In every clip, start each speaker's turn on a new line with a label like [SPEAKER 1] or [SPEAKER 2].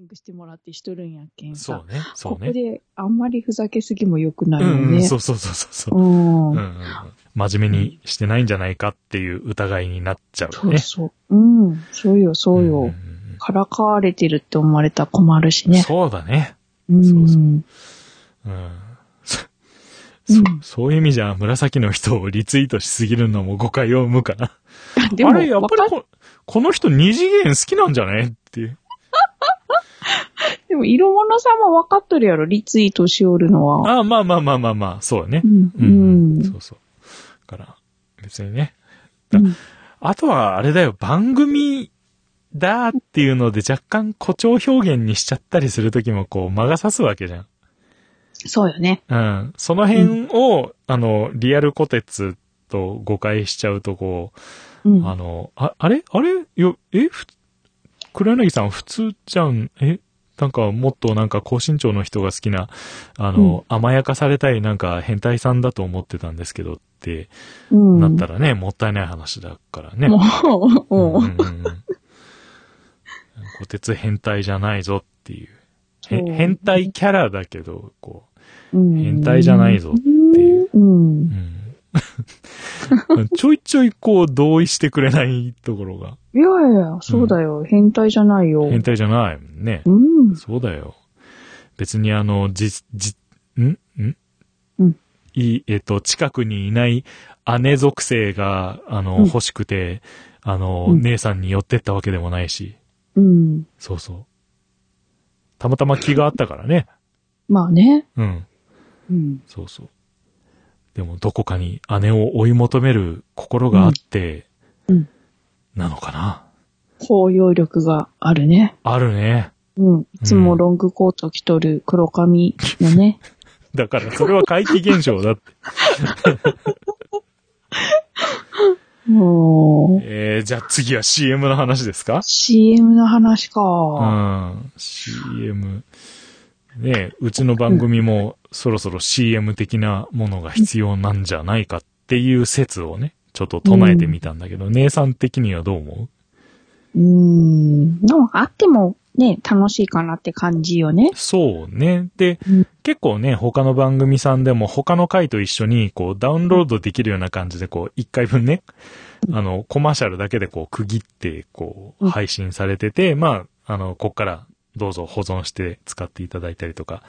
[SPEAKER 1] ーってしとるんやけん
[SPEAKER 2] そ
[SPEAKER 1] さ。
[SPEAKER 2] うね、そう
[SPEAKER 1] ここ
[SPEAKER 2] ね。
[SPEAKER 1] であんまりふざけすぎも良くないうよ
[SPEAKER 2] ん、うん、
[SPEAKER 1] ね。
[SPEAKER 2] そうそうそうそうそう。
[SPEAKER 1] うん
[SPEAKER 2] うんうんうん真面目にしてないんじゃないかっていう疑いになっちゃう
[SPEAKER 1] そ
[SPEAKER 2] ね。
[SPEAKER 1] うそう。うん。そうよ、そうよ。
[SPEAKER 2] んんん
[SPEAKER 1] からかわれてるって思われたら困るしね。
[SPEAKER 2] そうだね。
[SPEAKER 1] う
[SPEAKER 2] そうそ
[SPEAKER 1] ん。
[SPEAKER 2] うん。そ、
[SPEAKER 1] う
[SPEAKER 2] そ
[SPEAKER 1] ん
[SPEAKER 2] そういう意味じゃ、紫の人をリツイートしすぎるのも誤解を生むかな。
[SPEAKER 1] で
[SPEAKER 2] あれ、やっ
[SPEAKER 1] も、
[SPEAKER 2] ぱりこ、この人二次元好きなんじゃねっていう。
[SPEAKER 1] でも、色物さんも分かっとるやろ、リツイートしおるのは。
[SPEAKER 2] ああ、まあまあまあまあまあ、そうだね
[SPEAKER 1] う。ん。う
[SPEAKER 2] うん
[SPEAKER 1] ん
[SPEAKER 2] そうそう。だから、別にね。
[SPEAKER 1] うん。
[SPEAKER 2] あとは、あれだよ、番組だっていうので若干誇張表現にしちゃったりするときもこう魔が差すわけじゃん。
[SPEAKER 1] そうよね。
[SPEAKER 2] うん。その辺を、あの、リアルコテツと誤解しちゃうとこ
[SPEAKER 1] う
[SPEAKER 2] う、
[SPEAKER 1] ん。
[SPEAKER 2] あの、あ、あれあれよ、えふ、黒柳さん普通じゃん。えなんかもっとなんか高身長の人が好きな、あの、甘やかされたいなんか変態さんだと思ってたんですけどって
[SPEAKER 1] うん。
[SPEAKER 2] なったらね、もったいない話だからね。
[SPEAKER 1] もう、
[SPEAKER 2] うん
[SPEAKER 1] も
[SPEAKER 2] うん
[SPEAKER 1] う。
[SPEAKER 2] うん。こてつ変態じゃないぞっていう。へ
[SPEAKER 1] そう
[SPEAKER 2] 変態キャラだけど、こ
[SPEAKER 1] うん
[SPEAKER 2] 変態じゃないぞっていう。
[SPEAKER 1] うん
[SPEAKER 2] う。うん。 ちょいちょいこう同意してくれないところが、
[SPEAKER 1] いやいや、そうだよ。変態じゃないよ。
[SPEAKER 2] 変態じゃないもんね。
[SPEAKER 1] うん。
[SPEAKER 2] そうだよ。別にあの、じ、じ、んん
[SPEAKER 1] うん
[SPEAKER 2] いい、えっと、近くにいない姉属性が、あの、
[SPEAKER 1] うん
[SPEAKER 2] 欲しくて、あの、
[SPEAKER 1] うん
[SPEAKER 2] 姉さんに寄ってったわけでもないし。
[SPEAKER 1] うん。
[SPEAKER 2] そうそう。たまたま気があったからね。
[SPEAKER 1] まあね。
[SPEAKER 2] うん。
[SPEAKER 1] うん。
[SPEAKER 2] そうそう。でも、どこかに姉を追い求める心があって、
[SPEAKER 1] うんうん
[SPEAKER 2] なのかな。
[SPEAKER 1] 包容力があるね。
[SPEAKER 2] あるね。
[SPEAKER 1] うん。いつもロングコート着とる黒髪の ね。
[SPEAKER 2] だから、それは怪奇現象だって。
[SPEAKER 1] もう、
[SPEAKER 2] えー、じゃあ次は CM の話ですか
[SPEAKER 1] CM の話
[SPEAKER 2] う
[SPEAKER 1] か。
[SPEAKER 2] ん。CM。ねえうちの番組もそろそろ CM 的なものが必要なんじゃないかっていう説をね、ちょっと唱えてみたんだけど、姉さん的にはどう思
[SPEAKER 1] うん。でも、あってもね、楽しいかなって感じよね
[SPEAKER 2] う。そうね。で、
[SPEAKER 1] うん
[SPEAKER 2] 結構ね、他の番組さんでも他の回と一緒にこうダウンロードできるような感じでこう一回分ね、あの、コマーシャルだけでこう区切ってこう
[SPEAKER 1] うん
[SPEAKER 2] 配信されてて、まあ、あの、こっからどうぞ保存して使っていただいたりとか、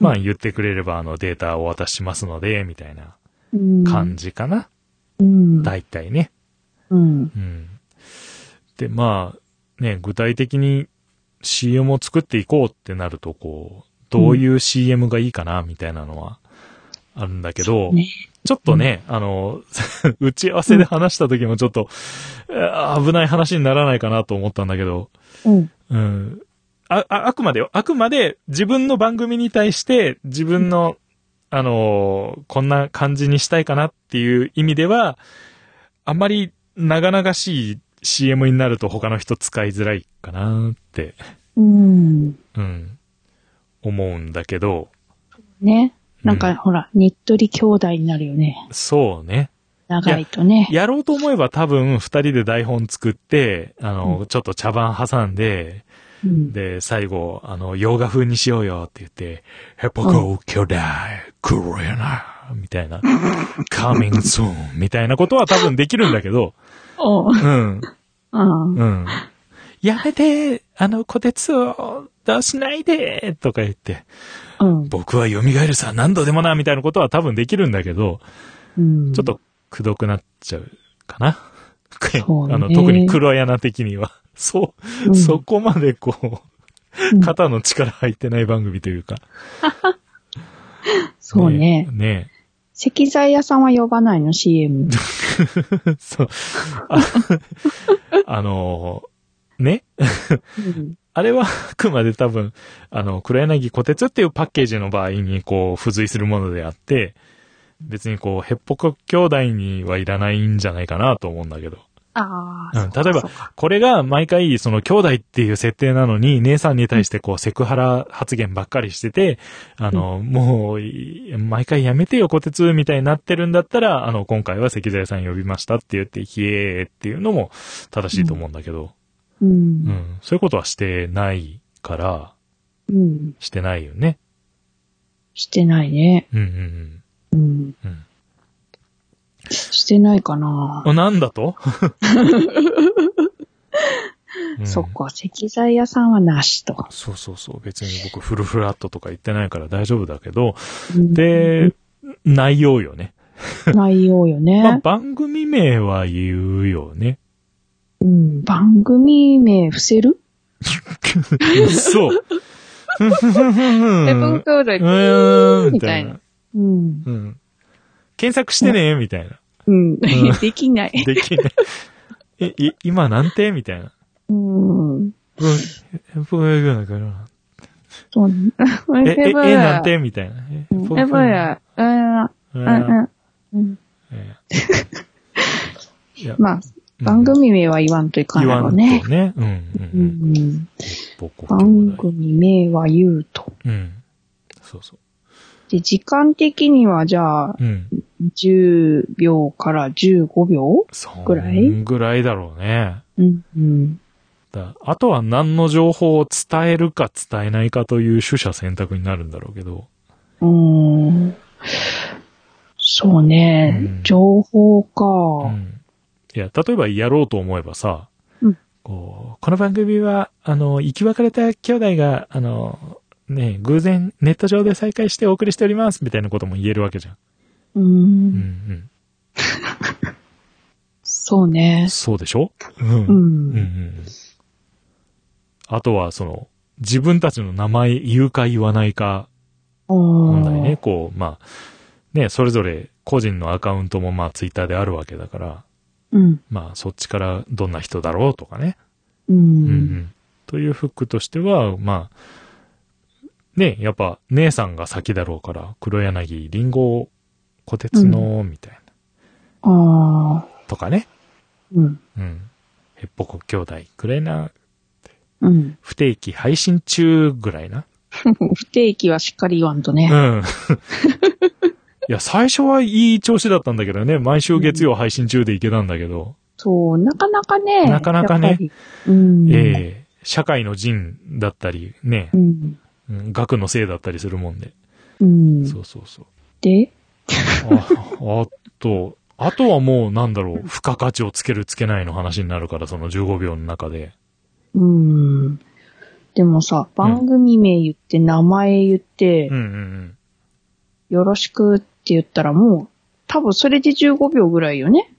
[SPEAKER 2] まあ言ってくれればあのデータをお渡ししますので、みたいな
[SPEAKER 1] うん。
[SPEAKER 2] 感じかな。
[SPEAKER 1] うん。
[SPEAKER 2] 大体ね。
[SPEAKER 1] うん。
[SPEAKER 2] うん。で、まあ、ね、具体的に CM を作っていこうってなると、こう、どういう CM がいいかな、みたいなのは、あるんだけど、
[SPEAKER 1] ね。
[SPEAKER 2] ちょっとね、あの、 打ち合わせで話した時もちょっと、あー危ない話にならないかなと思ったんだけど、
[SPEAKER 1] うん。
[SPEAKER 2] うん。あ、あ、あくまでよ。あくまで自分の番組に対して自分の、あのーこんな感じにしたいかなっていう意味では、あんまり長々しい CM になると他の人使いづらいかなって、
[SPEAKER 1] うん。
[SPEAKER 2] うん、思うんだけど。
[SPEAKER 1] ね。なんか、
[SPEAKER 2] うん
[SPEAKER 1] ほら、ねっとり兄弟になるよね。
[SPEAKER 2] そうね。
[SPEAKER 1] 長いとね。
[SPEAKER 2] やろうと思えば多分二人で台本作って、あのー、ちょっと茶番挟んで、
[SPEAKER 1] うん。
[SPEAKER 2] で、最後、あの、洋画風にしようよって言って、ヘポコ巨大、クロエナ、みたいな、coming soon みたいなことは多分できるんだけど、
[SPEAKER 1] おう
[SPEAKER 2] うん、
[SPEAKER 1] うん。
[SPEAKER 2] うん。やめて、あの、小鉄を出しないで、とか言って、
[SPEAKER 1] うん。
[SPEAKER 2] 僕は蘇るさ、何度でもな、みたいなことは多分できるんだけど、
[SPEAKER 1] うん
[SPEAKER 2] ちょっ。と、くどくなっちゃうかな。
[SPEAKER 1] そうね
[SPEAKER 2] あの、特に黒柳的には。そうう、
[SPEAKER 1] ん
[SPEAKER 2] そこまでこ
[SPEAKER 1] う
[SPEAKER 2] う、
[SPEAKER 1] ん
[SPEAKER 2] 肩の力入ってない番組というか。
[SPEAKER 1] そうね。
[SPEAKER 2] ね
[SPEAKER 1] 石材屋さんは呼ばないの、CM。
[SPEAKER 2] え。そう。あ あのー、ね。
[SPEAKER 1] うん
[SPEAKER 2] あれはあくまで多分、あの、黒柳小鉄っていうパッケージの場合にこう、付随するものであって、別にこう、ヘッポコ兄弟にはいらないんじゃないかなと思うんだけど。
[SPEAKER 1] あ
[SPEAKER 2] う
[SPEAKER 1] あ。
[SPEAKER 2] ん例えば
[SPEAKER 1] そうか。
[SPEAKER 2] これが毎回、その兄弟っていう設定なのに、姉さんに対してこう、セクハラ発言ばっかりしてて、あの、もうい、毎回やめてよ、小鉄みたいになってるんだったら、あの、今回は石材さん呼びましたって言って、ひえーっていうのも正しいと思うんだけど、
[SPEAKER 1] う
[SPEAKER 2] うん、
[SPEAKER 1] ん。
[SPEAKER 2] そういうことはしてないから、
[SPEAKER 1] うん。
[SPEAKER 2] してないよね。
[SPEAKER 1] してないね。
[SPEAKER 2] うんうん
[SPEAKER 1] うん。
[SPEAKER 2] うん
[SPEAKER 1] してないかな
[SPEAKER 2] うん。あ、なん だと、うん
[SPEAKER 1] そっか、石材屋さんはなしと。
[SPEAKER 2] そうそうそう。別に僕フルフラットとか言ってないから大丈夫だけど、
[SPEAKER 1] うん、
[SPEAKER 2] で、内容よね。
[SPEAKER 1] 内容よね、
[SPEAKER 2] まあ番組名は言うよね。
[SPEAKER 1] うん。番組名伏せる、
[SPEAKER 2] そう。セブ
[SPEAKER 1] 文章で
[SPEAKER 2] うーん、み
[SPEAKER 1] み
[SPEAKER 2] た
[SPEAKER 1] た
[SPEAKER 2] い
[SPEAKER 1] い
[SPEAKER 2] な
[SPEAKER 1] な。うん。
[SPEAKER 2] うん。検索してね、みたいな。
[SPEAKER 1] うん。
[SPEAKER 2] ん
[SPEAKER 1] できない。
[SPEAKER 2] できない。え、い、今なんてみたいな。
[SPEAKER 1] うん。
[SPEAKER 2] うん、ポエグだから。
[SPEAKER 1] そんな。
[SPEAKER 2] え、 え、え、なん
[SPEAKER 1] や
[SPEAKER 2] てみたいな。え
[SPEAKER 1] うんやばい。や。うん。
[SPEAKER 2] ポ
[SPEAKER 1] う
[SPEAKER 2] エグ
[SPEAKER 1] んうんうん。
[SPEAKER 2] えーいや
[SPEAKER 1] まあ、
[SPEAKER 2] うん
[SPEAKER 1] 番組名は言わんといかん
[SPEAKER 2] 言
[SPEAKER 1] や
[SPEAKER 2] わ
[SPEAKER 1] ろ
[SPEAKER 2] ん
[SPEAKER 1] う
[SPEAKER 2] と
[SPEAKER 1] ね。
[SPEAKER 2] ね。うん、う、
[SPEAKER 1] うんん。
[SPEAKER 2] うん。僕
[SPEAKER 1] 番組名は言うと。
[SPEAKER 2] うん。そうそ
[SPEAKER 1] で、時間的にはじゃあ、
[SPEAKER 2] う。うん。
[SPEAKER 1] 10秒から15秒
[SPEAKER 2] そ
[SPEAKER 1] ぐらい
[SPEAKER 2] んぐらいだろうね。
[SPEAKER 1] うん。うん。
[SPEAKER 2] だあとは何の情報を伝えるか伝えないかという取捨選択になるんだろうけど。
[SPEAKER 1] うーん。そうね。
[SPEAKER 2] うん
[SPEAKER 1] 情報
[SPEAKER 2] う
[SPEAKER 1] か。
[SPEAKER 2] ん。いや、例えばやろうと思えばさ、
[SPEAKER 1] うん
[SPEAKER 2] こう、この番組は、あの、生き別れた兄弟が、あの、ね、偶然ネット上で再会してお送りしております、みたいなことも言えるわけじゃん。
[SPEAKER 1] う。
[SPEAKER 2] うんん
[SPEAKER 1] そう
[SPEAKER 2] う
[SPEAKER 1] ね
[SPEAKER 2] ん。。そうでしょうん
[SPEAKER 1] う。
[SPEAKER 2] うんうんんあとは、その、自分たちの名前言うか言わないか問題ね。こう、まあ、ね、それぞれ個人のアカウントもまあツイッターであるわけだから、
[SPEAKER 1] うん。
[SPEAKER 2] まあそっちからどんな人だろうとかね。
[SPEAKER 1] う。
[SPEAKER 2] うんうんん。というフックとしては、まあ、ね、やっぱ姉さんが先だろうから、黒柳りんご小鉄の、みたいな、
[SPEAKER 1] ああ。
[SPEAKER 2] とかね。
[SPEAKER 1] うん。
[SPEAKER 2] うん。へっぽこ兄弟、くれな、
[SPEAKER 1] うん。
[SPEAKER 2] 不定期配信中ぐらいな。
[SPEAKER 1] 不定期はしっかり言わんと
[SPEAKER 2] う
[SPEAKER 1] ね。
[SPEAKER 2] ん。いや、最初はいい調子だったんだけどね。毎週月曜配信中でいけたんだけど。
[SPEAKER 1] そう、なかなかね。
[SPEAKER 2] なかなかね
[SPEAKER 1] やっぱり。うん。
[SPEAKER 2] ええ社会の人だったり、ね
[SPEAKER 1] う、ん。
[SPEAKER 2] うん学のせいだったりするもんで。
[SPEAKER 1] うん。
[SPEAKER 2] そうそうそう。
[SPEAKER 1] で、
[SPEAKER 2] あ、あと、あとはもうなんだろう、付加価値をつけるつけないの話になるから、その15秒の中で。
[SPEAKER 1] うん。でもさ、番組名言って、名前言って
[SPEAKER 2] うん、うん
[SPEAKER 1] よろしくって言ったらもう、多分それで15秒ぐらいよね。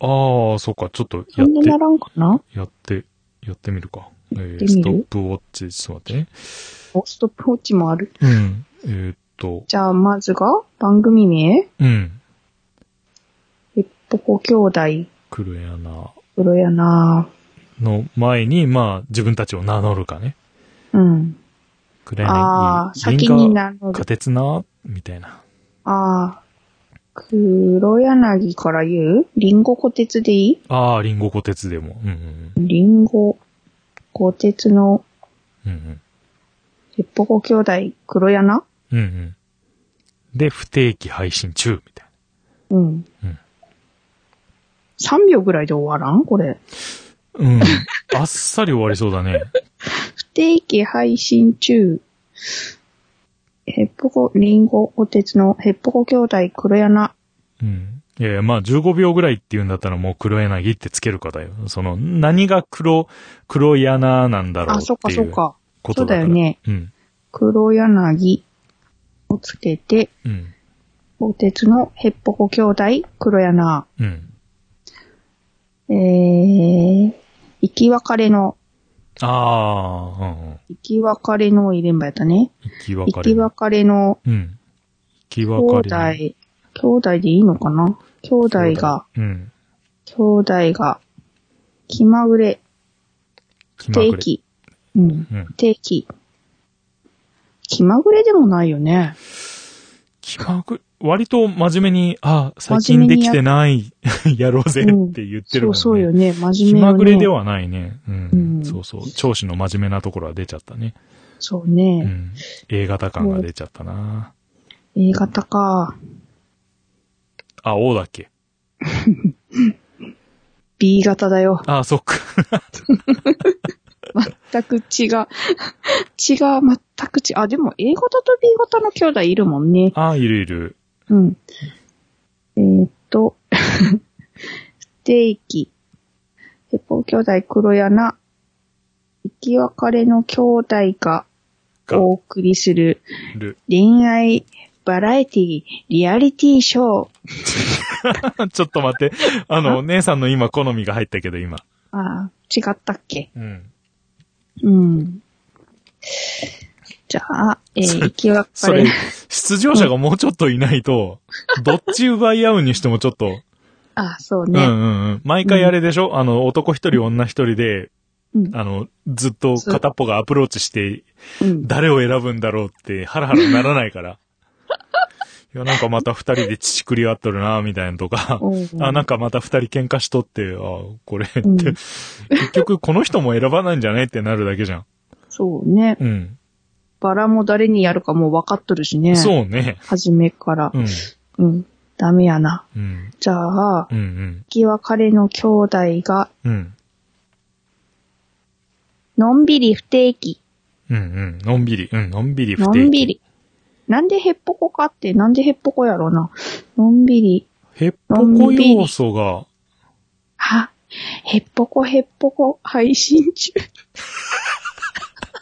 [SPEAKER 2] うん。ああ、そっか、ちょっと
[SPEAKER 1] そ
[SPEAKER 2] やっ
[SPEAKER 1] んなな
[SPEAKER 2] て、
[SPEAKER 1] らんかな
[SPEAKER 2] やって、やってみるか。えー
[SPEAKER 1] てみる
[SPEAKER 2] ストップウォッチ、ちょっと待ってね。
[SPEAKER 1] お、ストップウォッチもある。
[SPEAKER 2] うん。えーっと、
[SPEAKER 1] じゃあ、まずが、番組名
[SPEAKER 2] うん。
[SPEAKER 1] ヘッポコ兄弟、
[SPEAKER 2] 黒柳
[SPEAKER 1] 黒柳、
[SPEAKER 2] の前に、まあ、自分たちを名乗るかね。
[SPEAKER 1] うん。
[SPEAKER 2] 黒柳
[SPEAKER 1] ああ、
[SPEAKER 2] 銀
[SPEAKER 1] 先
[SPEAKER 2] 河
[SPEAKER 1] に名乗る
[SPEAKER 2] 仮。鉄な、みたいな。
[SPEAKER 1] ああ、黒柳から言うリンゴ小鉄でいい
[SPEAKER 2] ああ、リンゴ小鉄でも。うんうん
[SPEAKER 1] リンゴ小鉄の
[SPEAKER 2] うん。うん
[SPEAKER 1] ヘッポコ兄弟、黒柳
[SPEAKER 2] うん。うんうん。で、不定期配信中、みたい
[SPEAKER 1] うん。
[SPEAKER 2] うん
[SPEAKER 1] 3秒ぐらいで終わらんこれ。
[SPEAKER 2] な。うん。 あっさり終わりそうだね。
[SPEAKER 1] 不定期配信中。ヘッポコ、リンゴ、お鉄の、ヘッポコ兄弟、黒柳。
[SPEAKER 2] うん。いやいや、まあ15秒ぐらいって言うんだったらもう黒柳ってつけるかだよ。その、何が黒、黒柳なんだろ
[SPEAKER 1] あ、
[SPEAKER 2] うって
[SPEAKER 1] そっか
[SPEAKER 2] い
[SPEAKER 1] そっ
[SPEAKER 2] う
[SPEAKER 1] か。
[SPEAKER 2] ことだから。
[SPEAKER 1] そうだよね。
[SPEAKER 2] うん。
[SPEAKER 1] 黒柳をつけて、
[SPEAKER 2] うん。
[SPEAKER 1] お鉄の、ヘッポコ兄弟、黒柳。
[SPEAKER 2] うん。
[SPEAKER 1] えー、生き別れの、
[SPEAKER 2] ああ、うんうん。
[SPEAKER 1] 生き別れの入れんばやったね。
[SPEAKER 2] 生き別
[SPEAKER 1] 生き
[SPEAKER 2] れ。
[SPEAKER 1] 別れの、
[SPEAKER 2] うん。生き
[SPEAKER 1] 兄
[SPEAKER 2] 別
[SPEAKER 1] 弟、
[SPEAKER 2] れ。
[SPEAKER 1] 兄弟でいいのかな兄弟が、。
[SPEAKER 2] うん。
[SPEAKER 1] 兄弟が、気まぐれ、
[SPEAKER 2] 気まぐ
[SPEAKER 1] 定
[SPEAKER 2] れ。
[SPEAKER 1] 期。うん。
[SPEAKER 2] うん。
[SPEAKER 1] 定期。気まぐれでもないよね。
[SPEAKER 2] 気まぐれ、割と真面目に、あ、最近できてない、やろうぜって言ってるもんね。
[SPEAKER 1] そうそうよね。真面
[SPEAKER 2] 気
[SPEAKER 1] 目、ね、
[SPEAKER 2] まぐれで。はないね。うん。
[SPEAKER 1] うん
[SPEAKER 2] そうそう。長子の真面目なところは出ちゃったね。
[SPEAKER 1] そう
[SPEAKER 2] う
[SPEAKER 1] ね。
[SPEAKER 2] ん。A 型感が出ちゃったな。
[SPEAKER 1] A 型か。
[SPEAKER 2] あ、O だっけ
[SPEAKER 1] B 型だよ。
[SPEAKER 2] あ、そっか。
[SPEAKER 1] 全 く血が、血が全く血。あ、でも A 型と B 型の兄弟いるもんね。
[SPEAKER 2] ああ、いるいる。
[SPEAKER 1] うん。えーっと、 ステーキ、ヘポ兄弟黒柳、生き別れの兄弟が
[SPEAKER 2] が
[SPEAKER 1] お送りする
[SPEAKER 2] いる。
[SPEAKER 1] 恋愛バラエティリアリティショー。
[SPEAKER 2] ちょっと待って。あの、お姉さんの今好みが入ったけど、今。
[SPEAKER 1] ああ、違ったっけ
[SPEAKER 2] うん。
[SPEAKER 1] うん。じゃあ、えー、生き別
[SPEAKER 2] そ
[SPEAKER 1] れ
[SPEAKER 2] れ、、出場者がもうちょっといないと、どっち奪い合うにしてもちょっと、
[SPEAKER 1] あ、そう
[SPEAKER 2] うんう
[SPEAKER 1] ね。
[SPEAKER 2] んうん。毎回あれでしょあの、男一人女一人で、
[SPEAKER 1] うん。
[SPEAKER 2] あの、ずっと片っぽがアプローチして、
[SPEAKER 1] うん。
[SPEAKER 2] 誰を選ぶんだろうって、ハラハラならな いから。いや、なんかまた二人で乳くり合っとるな、みたいなとか。
[SPEAKER 1] うん
[SPEAKER 2] あ、なんかまた二人喧嘩しとって、あこれって、
[SPEAKER 1] うん
[SPEAKER 2] 結局この人も選ばないんじゃないってなるだけじゃん。
[SPEAKER 1] そうね。
[SPEAKER 2] うん。
[SPEAKER 1] バラも誰にやるかもう分かっとるしね。う。
[SPEAKER 2] そうね。
[SPEAKER 1] 初めから
[SPEAKER 2] う。ん。
[SPEAKER 1] うん。ダメやな。
[SPEAKER 2] うん。
[SPEAKER 1] じゃあ、
[SPEAKER 2] うんうん。
[SPEAKER 1] 次は彼の兄弟が、
[SPEAKER 2] うん。
[SPEAKER 1] のんびり不定期。
[SPEAKER 2] うんうん。のんびり。うん。のんびり不定
[SPEAKER 1] の
[SPEAKER 2] 期。
[SPEAKER 1] んび。り。なんでヘッポコかって、なんでヘッポコやろうな。のんびり。
[SPEAKER 2] へっぽこ要素が、
[SPEAKER 1] あ、ヘッポコヘッポコ配信中。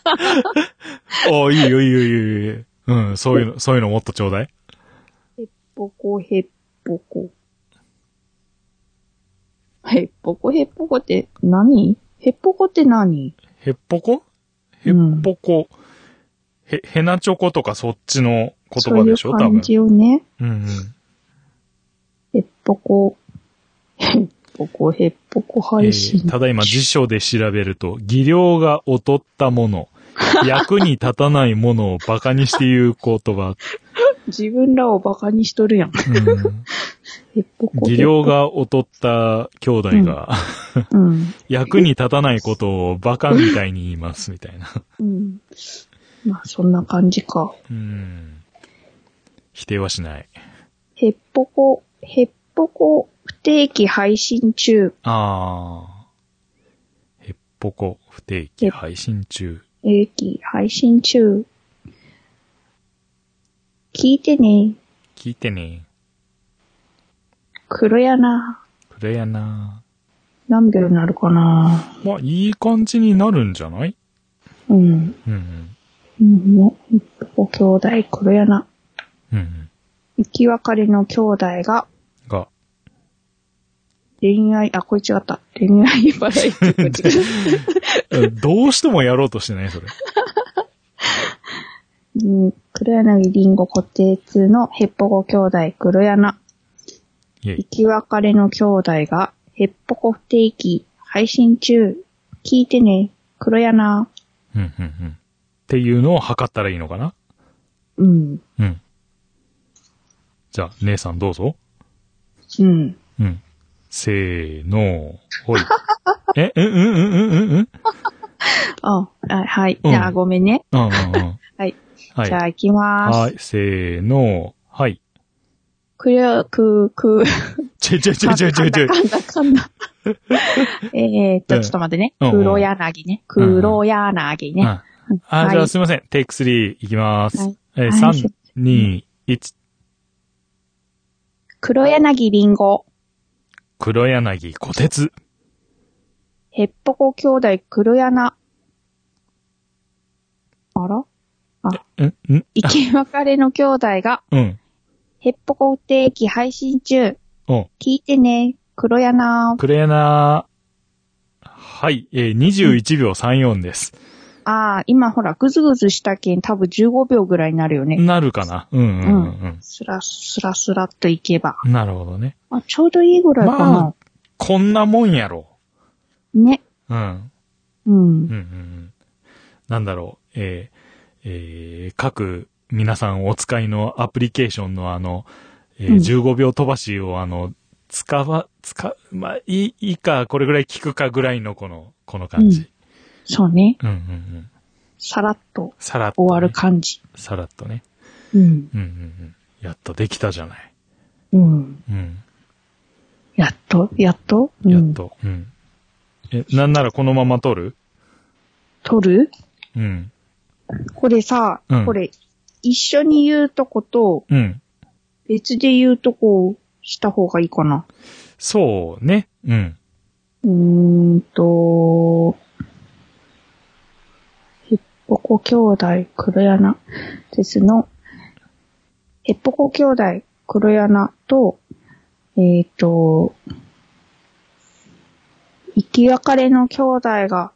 [SPEAKER 2] あいいよいいよいいよいいよ。うん。そういうの、そういうのもっとちょうだい。
[SPEAKER 1] ポコヘッポコ。ヘッポコヘッポコって何ヘッポコって何
[SPEAKER 2] へっぽこへっぽこ。へ、へなチョコとかそっちの言葉でし
[SPEAKER 1] そう
[SPEAKER 2] ょ
[SPEAKER 1] い
[SPEAKER 2] 多
[SPEAKER 1] う感
[SPEAKER 2] 分。
[SPEAKER 1] じをね。
[SPEAKER 2] うんうん。
[SPEAKER 1] ヘッポコ。ヘッポコヘッポコ配信
[SPEAKER 2] えーただいま辞書で調べると、技量が劣ったも の、役に立たないものを馬鹿にして言う言葉。
[SPEAKER 1] 自分らをバカにしとるやん。
[SPEAKER 2] うん
[SPEAKER 1] ヘッポコ。
[SPEAKER 2] 技量。が劣った兄弟が、
[SPEAKER 1] うん。
[SPEAKER 2] 役に立たないことを馬鹿みたいに言います、みたいな。
[SPEAKER 1] うん。まあ、そんな感じか。
[SPEAKER 2] うん否定はしない。
[SPEAKER 1] ヘッポコ、ヘッポコ不定期配信中。
[SPEAKER 2] あー。へっぽこ、不定期配信中。
[SPEAKER 1] 定期配信中。聞いてね。
[SPEAKER 2] 聞いてね。
[SPEAKER 1] 黒やな。
[SPEAKER 2] これやな
[SPEAKER 1] 何秒になるかな。
[SPEAKER 2] まあ、いい感じになるんじゃない
[SPEAKER 1] うん。
[SPEAKER 2] うんうん。
[SPEAKER 1] うん、もう、お兄弟、黒やな。
[SPEAKER 2] うんうん。
[SPEAKER 1] 生き別れの兄弟が、
[SPEAKER 2] が、
[SPEAKER 1] 恋愛、あ、これ違った。恋愛バラエティこっち
[SPEAKER 2] どうしてもやろうとしてない、それ。
[SPEAKER 1] うん黒柳りんご固定通のヘッポコ兄弟、黒やな。
[SPEAKER 2] いえ
[SPEAKER 1] 生
[SPEAKER 2] い。
[SPEAKER 1] き別れの兄弟が、ヘッポコ不定期、配信中。聞いてね。黒やな。
[SPEAKER 2] うん、うん、うん。っていうのを測ったらいいのかな
[SPEAKER 1] うん。
[SPEAKER 2] うん。じゃあ、姉さんどうぞ。
[SPEAKER 1] うん。
[SPEAKER 2] うん。せーの、ほ い。え、うん、うん、うん、うん、うん、うん。
[SPEAKER 1] あ、あはい。
[SPEAKER 2] うん
[SPEAKER 1] じゃあ、ごめんね。
[SPEAKER 2] うん、うん、うん。
[SPEAKER 1] はい。
[SPEAKER 2] はい
[SPEAKER 1] じゃ。あ、行きまー
[SPEAKER 2] は
[SPEAKER 1] す。
[SPEAKER 2] い、せーの、はい。
[SPEAKER 1] くよ、く、く、
[SPEAKER 2] ちょいちょいちょいちょいちょいちょい。
[SPEAKER 1] 噛んだ噛んだ噛ん だ。えーっ
[SPEAKER 2] う
[SPEAKER 1] と、
[SPEAKER 2] ん
[SPEAKER 1] ちょっと待ってね。
[SPEAKER 2] うんうん
[SPEAKER 1] 黒柳ね。黒柳
[SPEAKER 2] うん
[SPEAKER 1] ね。
[SPEAKER 2] あ、じゃ
[SPEAKER 1] は
[SPEAKER 2] あ
[SPEAKER 1] い
[SPEAKER 2] すいません。テイク3いきます
[SPEAKER 1] はい。
[SPEAKER 2] え
[SPEAKER 1] は
[SPEAKER 2] ー、
[SPEAKER 1] い
[SPEAKER 2] 3、2、1。
[SPEAKER 1] 黒柳りんご。
[SPEAKER 2] 黒柳小鉄。
[SPEAKER 1] ヘッポコ兄弟黒柳。あら
[SPEAKER 2] うん、うん、
[SPEAKER 1] 生き別れの兄弟が、
[SPEAKER 2] うん。
[SPEAKER 1] ヘッポコ不定期配信中。
[SPEAKER 2] うん
[SPEAKER 1] 聞いてね。黒柳。
[SPEAKER 2] クレーナー、はい、えー、21秒34です。
[SPEAKER 1] ああ、今ほら、ぐずぐずしたけん、多分15秒ぐらいになるよね。
[SPEAKER 2] なるかなうんうんうん
[SPEAKER 1] スラスラスラっといけば。
[SPEAKER 2] うん。なるほどね。
[SPEAKER 1] あ、ちょうどいいぐらいかな。
[SPEAKER 2] まこんなもんやろ。
[SPEAKER 1] ね。
[SPEAKER 2] うん。
[SPEAKER 1] うん
[SPEAKER 2] うんうんう。ん。なんだろう。えーえー各皆さんお使いのアプリケーションのあの、えー
[SPEAKER 1] うん
[SPEAKER 2] 15秒飛ばしをあの、使わ、使、まあ、いい、いいか、これぐらい効くかぐらいのこの、この感じ。
[SPEAKER 1] そうね。
[SPEAKER 2] うん、うん、うん。
[SPEAKER 1] さらっと
[SPEAKER 2] さらっと、
[SPEAKER 1] 終わる。感じ。
[SPEAKER 2] さらっとね。
[SPEAKER 1] うん。
[SPEAKER 2] うん、うん、うん。やっとできたじゃない。
[SPEAKER 1] うん。
[SPEAKER 2] うん。
[SPEAKER 1] やっと、やっと、うん、
[SPEAKER 2] やっ。と。うん。え、なんならこのまま撮る
[SPEAKER 1] 取る
[SPEAKER 2] うん。
[SPEAKER 1] これさ、
[SPEAKER 2] うん
[SPEAKER 1] これ、一緒に言うとこと、
[SPEAKER 2] うん。
[SPEAKER 1] 別で言うとこをした方がいいかな。
[SPEAKER 2] そうね。うん。
[SPEAKER 1] うーんと、ヘッポコ兄弟黒柳ですの、ヘッポコ兄弟黒柳と、えっ、と、生き別れの兄弟が、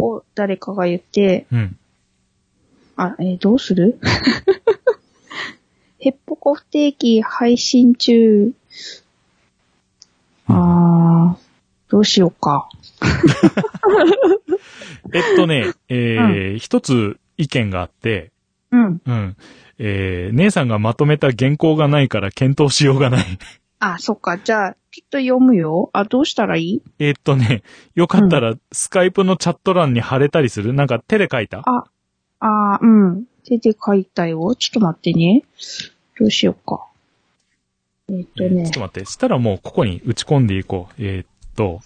[SPEAKER 1] を誰かが言って、
[SPEAKER 2] うん。
[SPEAKER 1] あ、えーどうする ヘッポコ不定期配信中。あー、どうしようか。
[SPEAKER 2] えっとね、えー一つ意見があって、
[SPEAKER 1] うん。
[SPEAKER 2] うん。えー、姉さんがまとめた原稿がないから検討しようがない。
[SPEAKER 1] あ、そっか。じゃあ、ちょっと読むよ。あ、どうしたらいい
[SPEAKER 2] えっとね、よかったら、スカイプのチャット欄に貼れたりするなんか手で書いた
[SPEAKER 1] あ、あー、うん。手で書いたよ。ちょっと待ってね。どうしようか。えっ、と
[SPEAKER 2] ちょ
[SPEAKER 1] ね
[SPEAKER 2] っ。と待って。したらもうここに打ち込んでいこう。えーっと、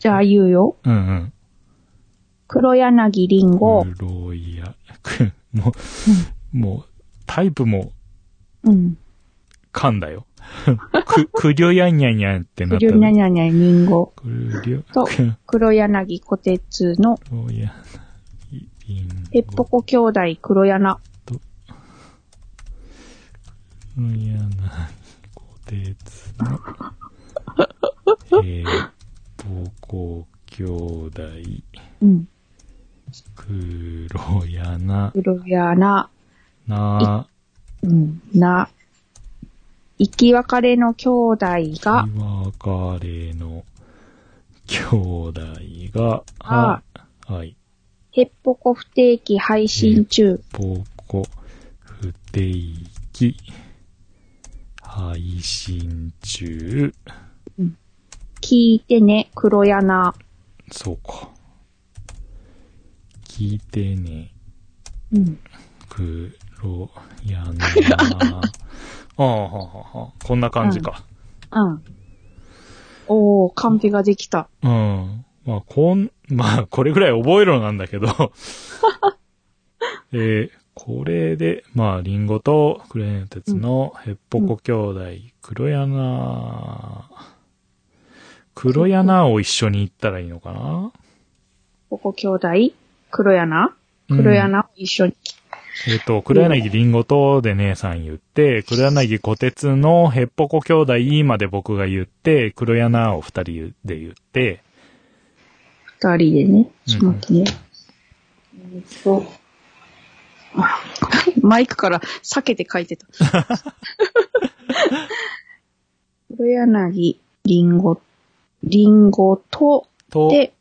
[SPEAKER 1] じゃあ言うよ。
[SPEAKER 2] うんうん。
[SPEAKER 1] 黒柳りんご。
[SPEAKER 2] ロイヤ。もう、もう、タイプも
[SPEAKER 1] うん。
[SPEAKER 2] 噛んだよ。 く、くりょやんやんやんってな
[SPEAKER 1] く
[SPEAKER 2] った
[SPEAKER 1] り
[SPEAKER 2] ら。
[SPEAKER 1] ょにゃにゃにゃりんご。
[SPEAKER 2] くりょ、
[SPEAKER 1] と
[SPEAKER 2] く
[SPEAKER 1] 黒柳小鉄の、
[SPEAKER 2] ろやん、りん
[SPEAKER 1] ヘッポコ兄弟黒柳。
[SPEAKER 2] ごやな、こてつの、 えー、ぼこ兄弟、
[SPEAKER 1] うん。
[SPEAKER 2] くろやな、
[SPEAKER 1] 黒柳。
[SPEAKER 2] な、
[SPEAKER 1] うん。な。生き別れの兄弟が、
[SPEAKER 2] わかれの、兄弟が、
[SPEAKER 1] あ
[SPEAKER 2] はい。
[SPEAKER 1] ヘッポコ不定期配信中。
[SPEAKER 2] ぼこ、不定期、配信中、
[SPEAKER 1] 聞いてね、黒柳。
[SPEAKER 2] そうか。聞いてね、
[SPEAKER 1] うん。
[SPEAKER 2] 黒 やな。ああ、はあはあはあこんな感じか。
[SPEAKER 1] うん。おー、カンペができた。
[SPEAKER 2] うん。まあ、こん、 まあ、これぐらい覚えろなんだけど。 えーこれで、まあ、リンゴとクレーン鉄のヘッポコ兄弟、黒柳、黒柳を一緒に行ったらいいのかな
[SPEAKER 1] ここ兄弟、黒柳黒
[SPEAKER 2] うん
[SPEAKER 1] 柳を一緒に。
[SPEAKER 2] えっ、と、黒柳りんごとで姉さん言って、黒柳小鉄のヘッポコ兄弟まで僕が言って、黒柳を二人で言って、
[SPEAKER 1] 二人でね。
[SPEAKER 2] うん
[SPEAKER 1] ちょっと待ってね。えーっと。 あマイクから避けて書い てた。黒柳、リンゴ、リンゴと、
[SPEAKER 2] と、
[SPEAKER 1] で、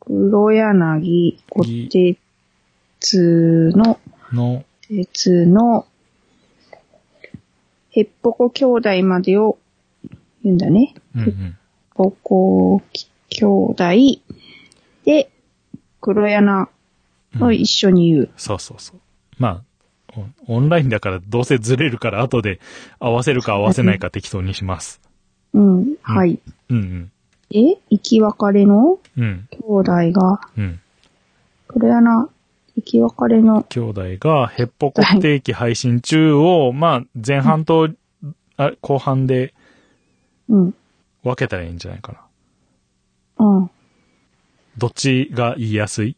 [SPEAKER 1] 黒柳、小鉄の、
[SPEAKER 2] の、
[SPEAKER 1] 鉄の、ヘッポコ兄弟までを言うんだね。
[SPEAKER 2] うんうん、
[SPEAKER 1] ポコ兄弟で、黒柳
[SPEAKER 2] う
[SPEAKER 1] を
[SPEAKER 2] ん
[SPEAKER 1] 一緒に言う。
[SPEAKER 2] そうそうそう。まあ、オンオンラインだからどうせずれるから後で合わせるか合わせないか適当にします。
[SPEAKER 1] うん、はい。
[SPEAKER 2] うん
[SPEAKER 1] え生き別れの
[SPEAKER 2] うん。うん。
[SPEAKER 1] 兄弟が、
[SPEAKER 2] うん。
[SPEAKER 1] 黒柳、生き別れの、
[SPEAKER 2] 兄弟がヘッポコ不定期配信中を、まあ、前半と、あ後半で
[SPEAKER 1] うん、
[SPEAKER 2] 分けたらいいんじゃないかな。
[SPEAKER 1] うん。
[SPEAKER 2] どっちが言いやすい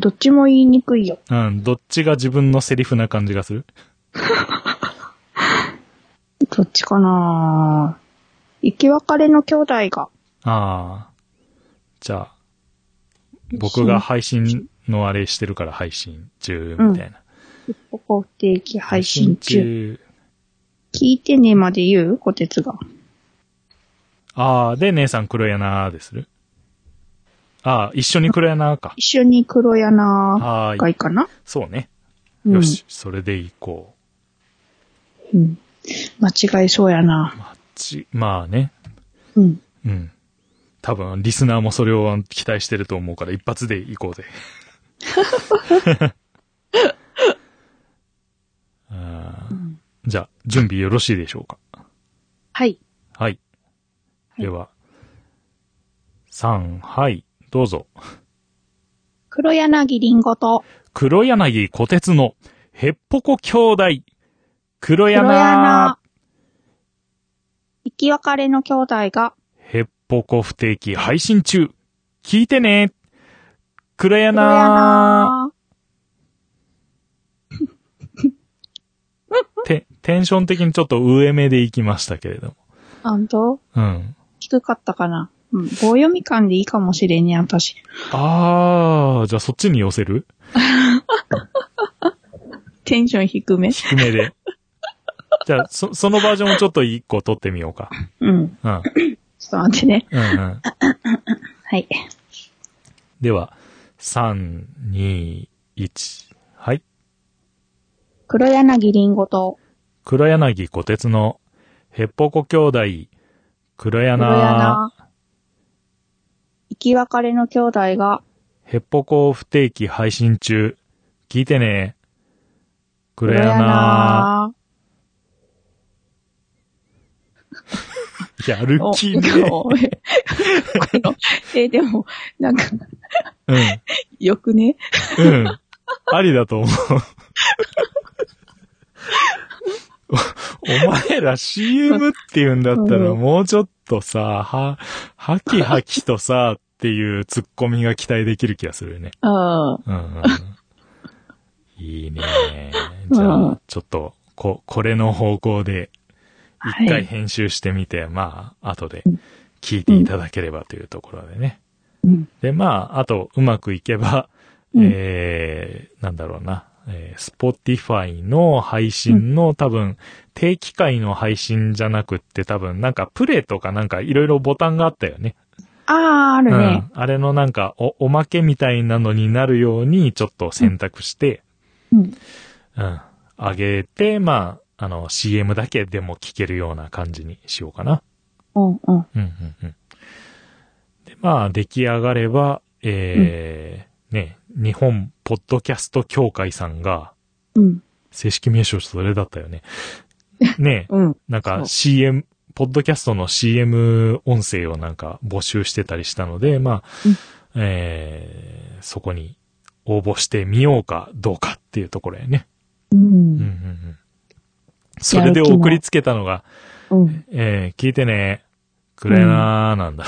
[SPEAKER 1] どっちも言いにくいよ。
[SPEAKER 2] うん。どっちが自分のセリフな感じがする
[SPEAKER 1] どっちかな生き別れの兄弟が、
[SPEAKER 2] ああ。じゃあ、僕が配信のあれしてるから配信中、みたいな。
[SPEAKER 1] ここ不定期配信中。
[SPEAKER 2] 中
[SPEAKER 1] 聞いてねまで言う小鉄が。
[SPEAKER 2] ああ、で、姉さん黒柳でするああ、一緒に黒柳か。
[SPEAKER 1] 一緒に黒柳
[SPEAKER 2] は
[SPEAKER 1] が
[SPEAKER 2] ーい。
[SPEAKER 1] いいかな、
[SPEAKER 2] そうね。
[SPEAKER 1] うん、
[SPEAKER 2] よし、それで行こ
[SPEAKER 1] うん。間違いそうや
[SPEAKER 2] う。
[SPEAKER 1] な。
[SPEAKER 2] まあ、ち、まあね。
[SPEAKER 1] うん。
[SPEAKER 2] うん。多分、リスナーもそれを期待してると思うから、一発で行こ うぜ。あー
[SPEAKER 1] ん
[SPEAKER 2] じゃあ、準備よろしいでしょうか。
[SPEAKER 1] はい。
[SPEAKER 2] はい。では、3、はい、どうぞ。
[SPEAKER 1] 黒柳りんごと、
[SPEAKER 2] 黒柳小鉄のヘッポコ兄弟。黒
[SPEAKER 1] 黒
[SPEAKER 2] 柳
[SPEAKER 1] 柳、生き別れの兄弟が、
[SPEAKER 2] ヘッポコ不定期配信中。聞いてね。黒
[SPEAKER 1] 黒
[SPEAKER 2] 柳
[SPEAKER 1] 柳、
[SPEAKER 2] て、テンション的にちょっと上目で行きましたけれども。
[SPEAKER 1] あんと
[SPEAKER 2] うん。
[SPEAKER 1] 低かったかな。うん。棒読み感でいいかもしれんね、私。
[SPEAKER 2] あー、じゃあそっちに寄せる
[SPEAKER 1] テンション低め。
[SPEAKER 2] 低めで。 じゃあ、そ、そのバージョンをちょっと一個撮ってみようか。
[SPEAKER 1] うん。
[SPEAKER 2] うん。
[SPEAKER 1] ちょっと待ってね。
[SPEAKER 2] うんうん。
[SPEAKER 1] はい。
[SPEAKER 2] では、3、2、1。はい。
[SPEAKER 1] 黒柳りんごと、
[SPEAKER 2] 黒柳小鉄のヘッポコ兄弟、黒
[SPEAKER 1] 黒
[SPEAKER 2] 柳、
[SPEAKER 1] 柳、生き別れの兄弟が、
[SPEAKER 2] ヘッポコ不定期配信中。聞いてね。黒柳、
[SPEAKER 1] 柳、
[SPEAKER 2] やる
[SPEAKER 1] お
[SPEAKER 2] 気ね。
[SPEAKER 1] ごめんこのえ、でも、なんか、
[SPEAKER 2] う
[SPEAKER 1] よくね。
[SPEAKER 2] ん。うん。ありだと思う。お お前ら CM って言うんだったら
[SPEAKER 1] うん
[SPEAKER 2] もうちょっとさ、は、はきはきとさ、っていうツッコミが期待できる気がするね。
[SPEAKER 1] うん。
[SPEAKER 2] うんうんうんい いね。じゃ
[SPEAKER 1] う
[SPEAKER 2] あ
[SPEAKER 1] ん、
[SPEAKER 2] ちょっと、こ、これの方向で、
[SPEAKER 1] は
[SPEAKER 2] 一回
[SPEAKER 1] い。
[SPEAKER 2] 編集してみて、まあ、後で聞いていただければというところでね。
[SPEAKER 1] うん
[SPEAKER 2] で、まあ、あと、うまくいけば、
[SPEAKER 1] うん
[SPEAKER 2] えー、なんだろうな、えー、Spotify の配信の、多分、定期会の配信じゃなくって、多分、なんか、プレイとかなんか、いろいろボタンがあったよね。
[SPEAKER 1] ああ、あるね。
[SPEAKER 2] うん。あれのなんか、お、おまけみたいなのになるように、ちょっと選択して、
[SPEAKER 1] うん。
[SPEAKER 2] うん。あげて、まあ、あの、CM だけでも聞けるような感じにしようかな。
[SPEAKER 1] うん、うん。
[SPEAKER 2] うんうんうん。で、まあ、出来上がれば、えーね、日本ポッドキャスト協会さんが、
[SPEAKER 1] うん。
[SPEAKER 2] 正式名称それだった よね。ね、
[SPEAKER 1] うん。
[SPEAKER 2] なん
[SPEAKER 1] そ
[SPEAKER 2] か
[SPEAKER 1] う
[SPEAKER 2] CM、ポッドキャストの CM 音声をなんか募集してたりしたので、まあ、
[SPEAKER 1] うん
[SPEAKER 2] えーそこに応募してみようかどうかっていうところやね。
[SPEAKER 1] う
[SPEAKER 2] うんうん
[SPEAKER 1] ん。
[SPEAKER 2] うん。それで送りつけたのが、
[SPEAKER 1] うん。
[SPEAKER 2] えー聞いてね、くれなーなんだ。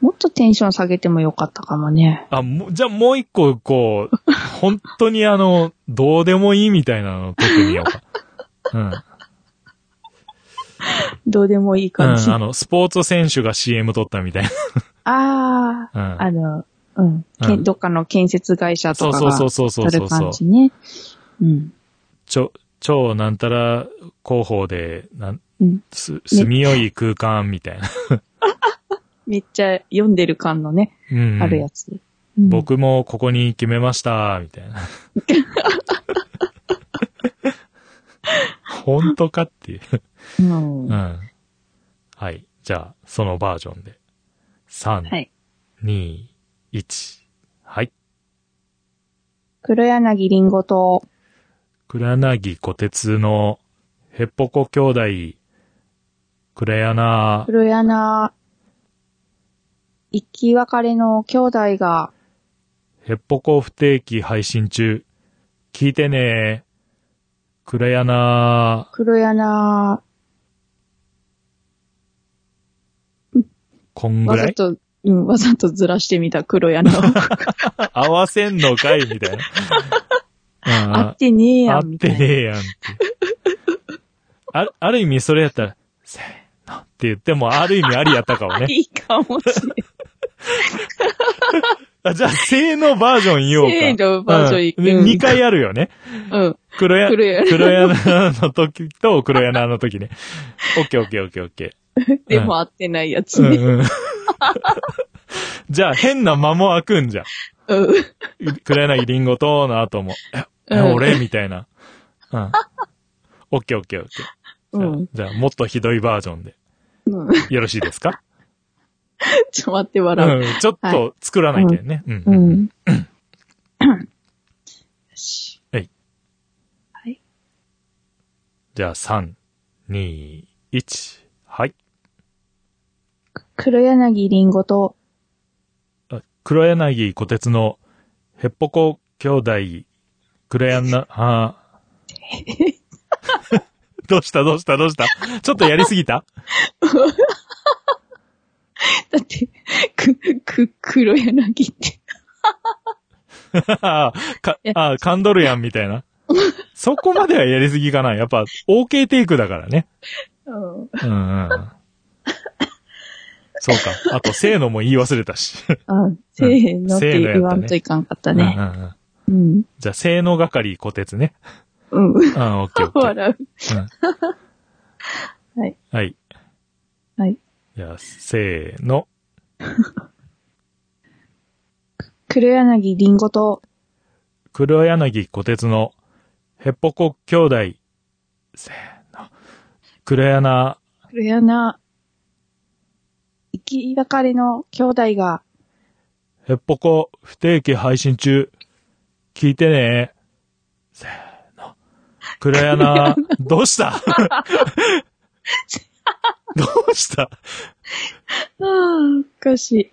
[SPEAKER 1] もっとテンション下げてもよかったかもね。
[SPEAKER 2] あ、もう、じゃあもう一個、こ う、本当にあの、どうでもいいみたいなのを撮ってみようか。うん。うん、
[SPEAKER 1] どうでもいい感じ。
[SPEAKER 2] あの、スポーツ選手が CM 撮ったみたい
[SPEAKER 1] ああ、
[SPEAKER 2] な。うん。
[SPEAKER 1] あの、うん。
[SPEAKER 2] う
[SPEAKER 1] け
[SPEAKER 2] ん
[SPEAKER 1] どっかの建設会社
[SPEAKER 2] そ
[SPEAKER 1] と
[SPEAKER 2] う
[SPEAKER 1] か
[SPEAKER 2] そう
[SPEAKER 1] が
[SPEAKER 2] そうそうそ
[SPEAKER 1] 撮
[SPEAKER 2] うそ
[SPEAKER 1] る
[SPEAKER 2] うそ
[SPEAKER 1] 感
[SPEAKER 2] う。
[SPEAKER 1] じね。うん。
[SPEAKER 2] ちょ、超なんたら広報で、なん、
[SPEAKER 1] うん。
[SPEAKER 2] す、住みよい空間みたいな。
[SPEAKER 1] めっちゃ読んでる感のね、
[SPEAKER 2] うん。
[SPEAKER 1] あるやつ。うん。
[SPEAKER 2] 僕もここに決めました、みた いな。本当かっていう。
[SPEAKER 1] うん
[SPEAKER 2] う。ん。はい。じゃあ、そのバージョンで。3、
[SPEAKER 1] はい。
[SPEAKER 2] 2、1。はい。
[SPEAKER 1] 黒柳りんごと、
[SPEAKER 2] 黒柳小鉄のヘッポコ兄弟、黒柳、
[SPEAKER 1] 黒柳、生き別れの兄弟が、
[SPEAKER 2] ヘッポコ不定期配信中。聞いてね黒柳、
[SPEAKER 1] 黒柳、
[SPEAKER 2] こんぐ
[SPEAKER 1] わ
[SPEAKER 2] ら
[SPEAKER 1] ざ
[SPEAKER 2] い
[SPEAKER 1] と、うん、わざとずらしてみた黒柳を。
[SPEAKER 2] 合わせんのかいみたいな。うん
[SPEAKER 1] あってねえや
[SPEAKER 2] 合っ
[SPEAKER 1] ん、みた
[SPEAKER 2] て
[SPEAKER 1] いな。
[SPEAKER 2] ねえやんって。あ ある意味それやったら、せーのって言ってもある意味ありやったかもね。
[SPEAKER 1] いいかもしれない。
[SPEAKER 2] あじゃあ、せーのバージョン言おうか。
[SPEAKER 1] せーのバージョンい
[SPEAKER 2] うん
[SPEAKER 1] うん
[SPEAKER 2] 二回あるよね。
[SPEAKER 1] うん。
[SPEAKER 2] 黒や、
[SPEAKER 1] 黒柳
[SPEAKER 2] 黒柳の時と黒柳の時ね。オッケーオッケーオッケーオッケ
[SPEAKER 1] でも合ってないやつ
[SPEAKER 2] ー。
[SPEAKER 1] ね。
[SPEAKER 2] うん うん。じゃあ、変な間も開くんじゃん。
[SPEAKER 1] うん。
[SPEAKER 2] 黒柳りんごとの後も、ええ
[SPEAKER 1] うん
[SPEAKER 2] 俺みたいな。うん。オッケーオッケーオッケー。じゃあ
[SPEAKER 1] うん
[SPEAKER 2] じゃあ、もっとひどいバージョンで。
[SPEAKER 1] うん。
[SPEAKER 2] よろしいですか
[SPEAKER 1] ちょっと待って 笑う。
[SPEAKER 2] うん。ちょっと作らないけどね。うん
[SPEAKER 1] う
[SPEAKER 2] うん。
[SPEAKER 1] ん。よし。
[SPEAKER 2] じゃあ、3、2、1。はい。
[SPEAKER 1] 黒柳りんごと、
[SPEAKER 2] あ黒柳小鉄のヘッポコ兄弟、黒 柳な、あー どうしたどうしたどうしたちょっとやりすぎた
[SPEAKER 1] だって、く、く、黒柳って。
[SPEAKER 2] あーか、あー、噛んどるやんみたいな。そこまではやりすぎかな。やっぱ、OK テイクだからね。
[SPEAKER 1] うん。
[SPEAKER 2] うんうんうん。そうか。あと、せーのも言い忘れたし。
[SPEAKER 1] あ、せーのって言わんといかんかった
[SPEAKER 2] うん
[SPEAKER 1] ね。
[SPEAKER 2] うんうん
[SPEAKER 1] うん。
[SPEAKER 2] じゃあ、せーの係、小鉄ね。
[SPEAKER 1] うん。
[SPEAKER 2] うん、オッケーオッケー。
[SPEAKER 1] 笑う。
[SPEAKER 2] うん
[SPEAKER 1] はい。
[SPEAKER 2] はい。
[SPEAKER 1] はい。
[SPEAKER 2] じゃあ、せーの。
[SPEAKER 1] 黒柳りんごと、
[SPEAKER 2] 黒柳小鉄のヘッポコ兄弟。せーの。黒柳、
[SPEAKER 1] 黒柳、生き別れの兄弟が、
[SPEAKER 2] ヘッポコ不定期配信中。聞いてね。せーの。黒柳、どうした どうした
[SPEAKER 1] ああ、おかしい。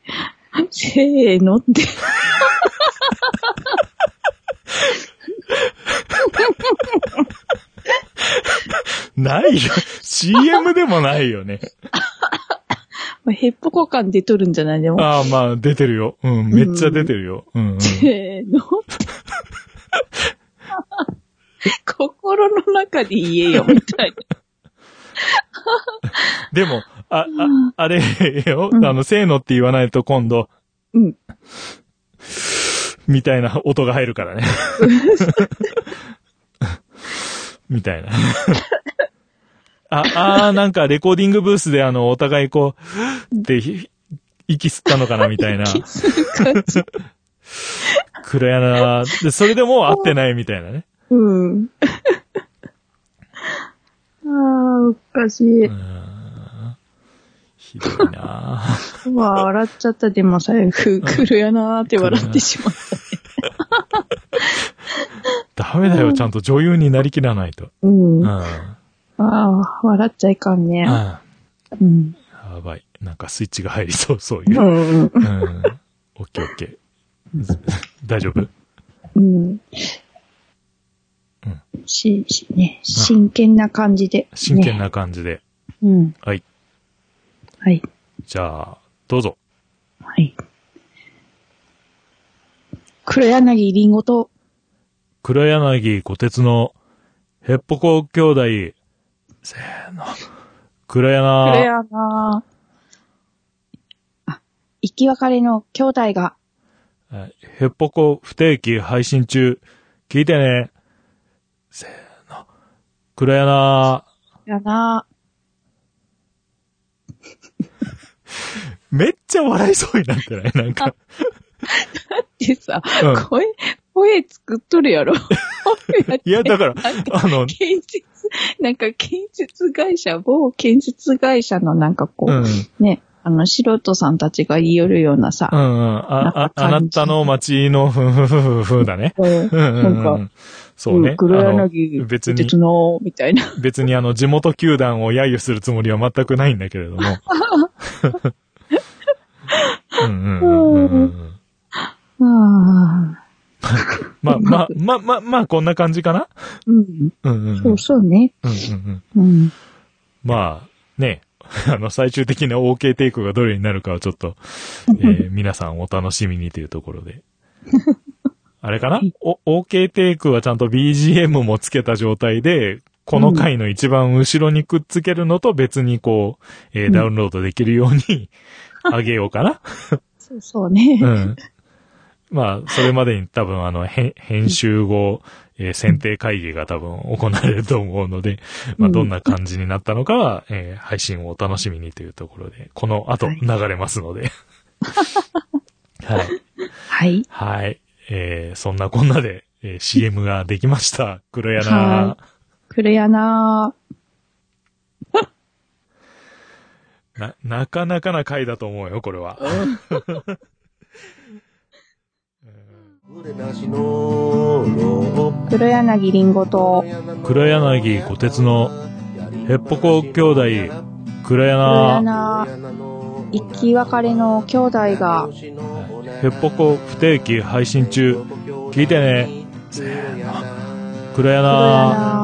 [SPEAKER 1] せーのって。
[SPEAKER 2] ないよ。CM でもないよね。
[SPEAKER 1] まあヘッポコ感出とるんじゃないでも。
[SPEAKER 2] ああ、まあ、出てるよ。うん、めっちゃ出てるよ。うん、うん。
[SPEAKER 1] せーのって。心の中で言えよ、みたい
[SPEAKER 2] でも、あ、あ、あれよ、
[SPEAKER 1] うん
[SPEAKER 2] あの、せーのって言わないと今度、
[SPEAKER 1] な。うん。
[SPEAKER 2] みたいな音が入るからね。みたいな。あ、あーなんかレコーディングブースであの、お互いこう、ってひ、息吸ったのかなみたいな。
[SPEAKER 1] キス感じ。
[SPEAKER 2] 暗やなで、それでもう合ってないみたいなね。
[SPEAKER 1] うん。ああ、おかし
[SPEAKER 2] う
[SPEAKER 1] い。
[SPEAKER 2] んひどいな
[SPEAKER 1] うわ、笑っちゃった。でも最後、来るやなーって笑ってしまった。
[SPEAKER 2] ダメだよ、ちゃんと女優になりきらないと。
[SPEAKER 1] うん。
[SPEAKER 2] うん。
[SPEAKER 1] あ
[SPEAKER 2] うん。
[SPEAKER 1] あ、笑っちゃいかんね。
[SPEAKER 2] や
[SPEAKER 1] うん。
[SPEAKER 2] ばい。なんかスイッチが入りそう、そういう
[SPEAKER 1] う。ん。
[SPEAKER 2] うん。オッケーオッケー。大丈夫
[SPEAKER 1] うん。し、しね、真剣な感じで。
[SPEAKER 2] 真剣
[SPEAKER 1] ね。
[SPEAKER 2] な感じで。
[SPEAKER 1] うん。
[SPEAKER 2] はい。
[SPEAKER 1] はい。
[SPEAKER 2] じゃあ、どうぞ。
[SPEAKER 1] はい。黒柳りんごと、
[SPEAKER 2] 黒柳小鉄のヘッポコ兄弟。せーの。黒
[SPEAKER 1] 黒
[SPEAKER 2] 柳、
[SPEAKER 1] 柳、あ、生き別れの兄弟が、
[SPEAKER 2] ヘッポコ不定期配信中。聞いてね。せーの。黒柳、
[SPEAKER 1] やな
[SPEAKER 2] めっちゃ笑いそうになってないなんか。
[SPEAKER 1] ってさ、
[SPEAKER 2] うん
[SPEAKER 1] 声、声作っとる やろ。
[SPEAKER 2] いや、だから、
[SPEAKER 1] なんか
[SPEAKER 2] あの、
[SPEAKER 1] 建設、なんか建設会社、某建設会社のなんかこ
[SPEAKER 2] う
[SPEAKER 1] う、
[SPEAKER 2] ん。うん
[SPEAKER 1] ね、あの素人さんたちが言いよるような
[SPEAKER 2] う
[SPEAKER 1] さ、
[SPEAKER 2] ん。あ、あ、あなたの街のふんふんふんふんふんだね。
[SPEAKER 1] うん、
[SPEAKER 2] うんうんうん
[SPEAKER 1] なん
[SPEAKER 2] そうね。
[SPEAKER 1] 黒
[SPEAKER 2] あの
[SPEAKER 1] 柳、
[SPEAKER 2] 別に
[SPEAKER 1] 鉄の、みたいな。
[SPEAKER 2] 別にあの、地元球団を揶揄するつもりは全くないんだけれども。 うんうんうんうんうん
[SPEAKER 1] あ
[SPEAKER 2] まあまあ、まあまあ、まあ、こんな感じかな
[SPEAKER 1] あ、うん、
[SPEAKER 2] うんうんうん。
[SPEAKER 1] そうそうね。
[SPEAKER 2] うんうんう
[SPEAKER 1] う
[SPEAKER 2] ん
[SPEAKER 1] ん。
[SPEAKER 2] まあ、ね、 あの、最終的な OK テイクがどれになるかはちょっと、え ー皆さんお楽しみにというところで。あれかなお、OK テイクはちゃんと BGM もつけた状態で、この回の一番後ろにくっつけるのと別にこう、えー
[SPEAKER 1] うん
[SPEAKER 2] ダウンロードできるように あげようかな。
[SPEAKER 1] そうそうね。
[SPEAKER 2] うん。まあ、それまでに多分あの、編編集後、えー選定会議が多分行われると思うので、ま
[SPEAKER 1] う
[SPEAKER 2] あ、
[SPEAKER 1] ん
[SPEAKER 2] どんな感じになったのかは、えー配信をお楽しみにというところで、この後
[SPEAKER 1] はい
[SPEAKER 2] 流れますの で。はい。
[SPEAKER 1] はい。
[SPEAKER 2] はい。えーそんなこんなで、えー CM ができました。黒柳。
[SPEAKER 1] は黒柳、
[SPEAKER 2] な、なかなかな回だと思うよ、これは。
[SPEAKER 3] 腕なしの
[SPEAKER 1] 黒柳りんごと、
[SPEAKER 3] 黒柳小鉄のヘッポコ兄弟
[SPEAKER 2] 黒柳。
[SPEAKER 1] な生き別れの兄弟が
[SPEAKER 2] ヘッポコ不定期配信中。聞いてね。せーの。黒
[SPEAKER 1] 黒
[SPEAKER 2] 柳。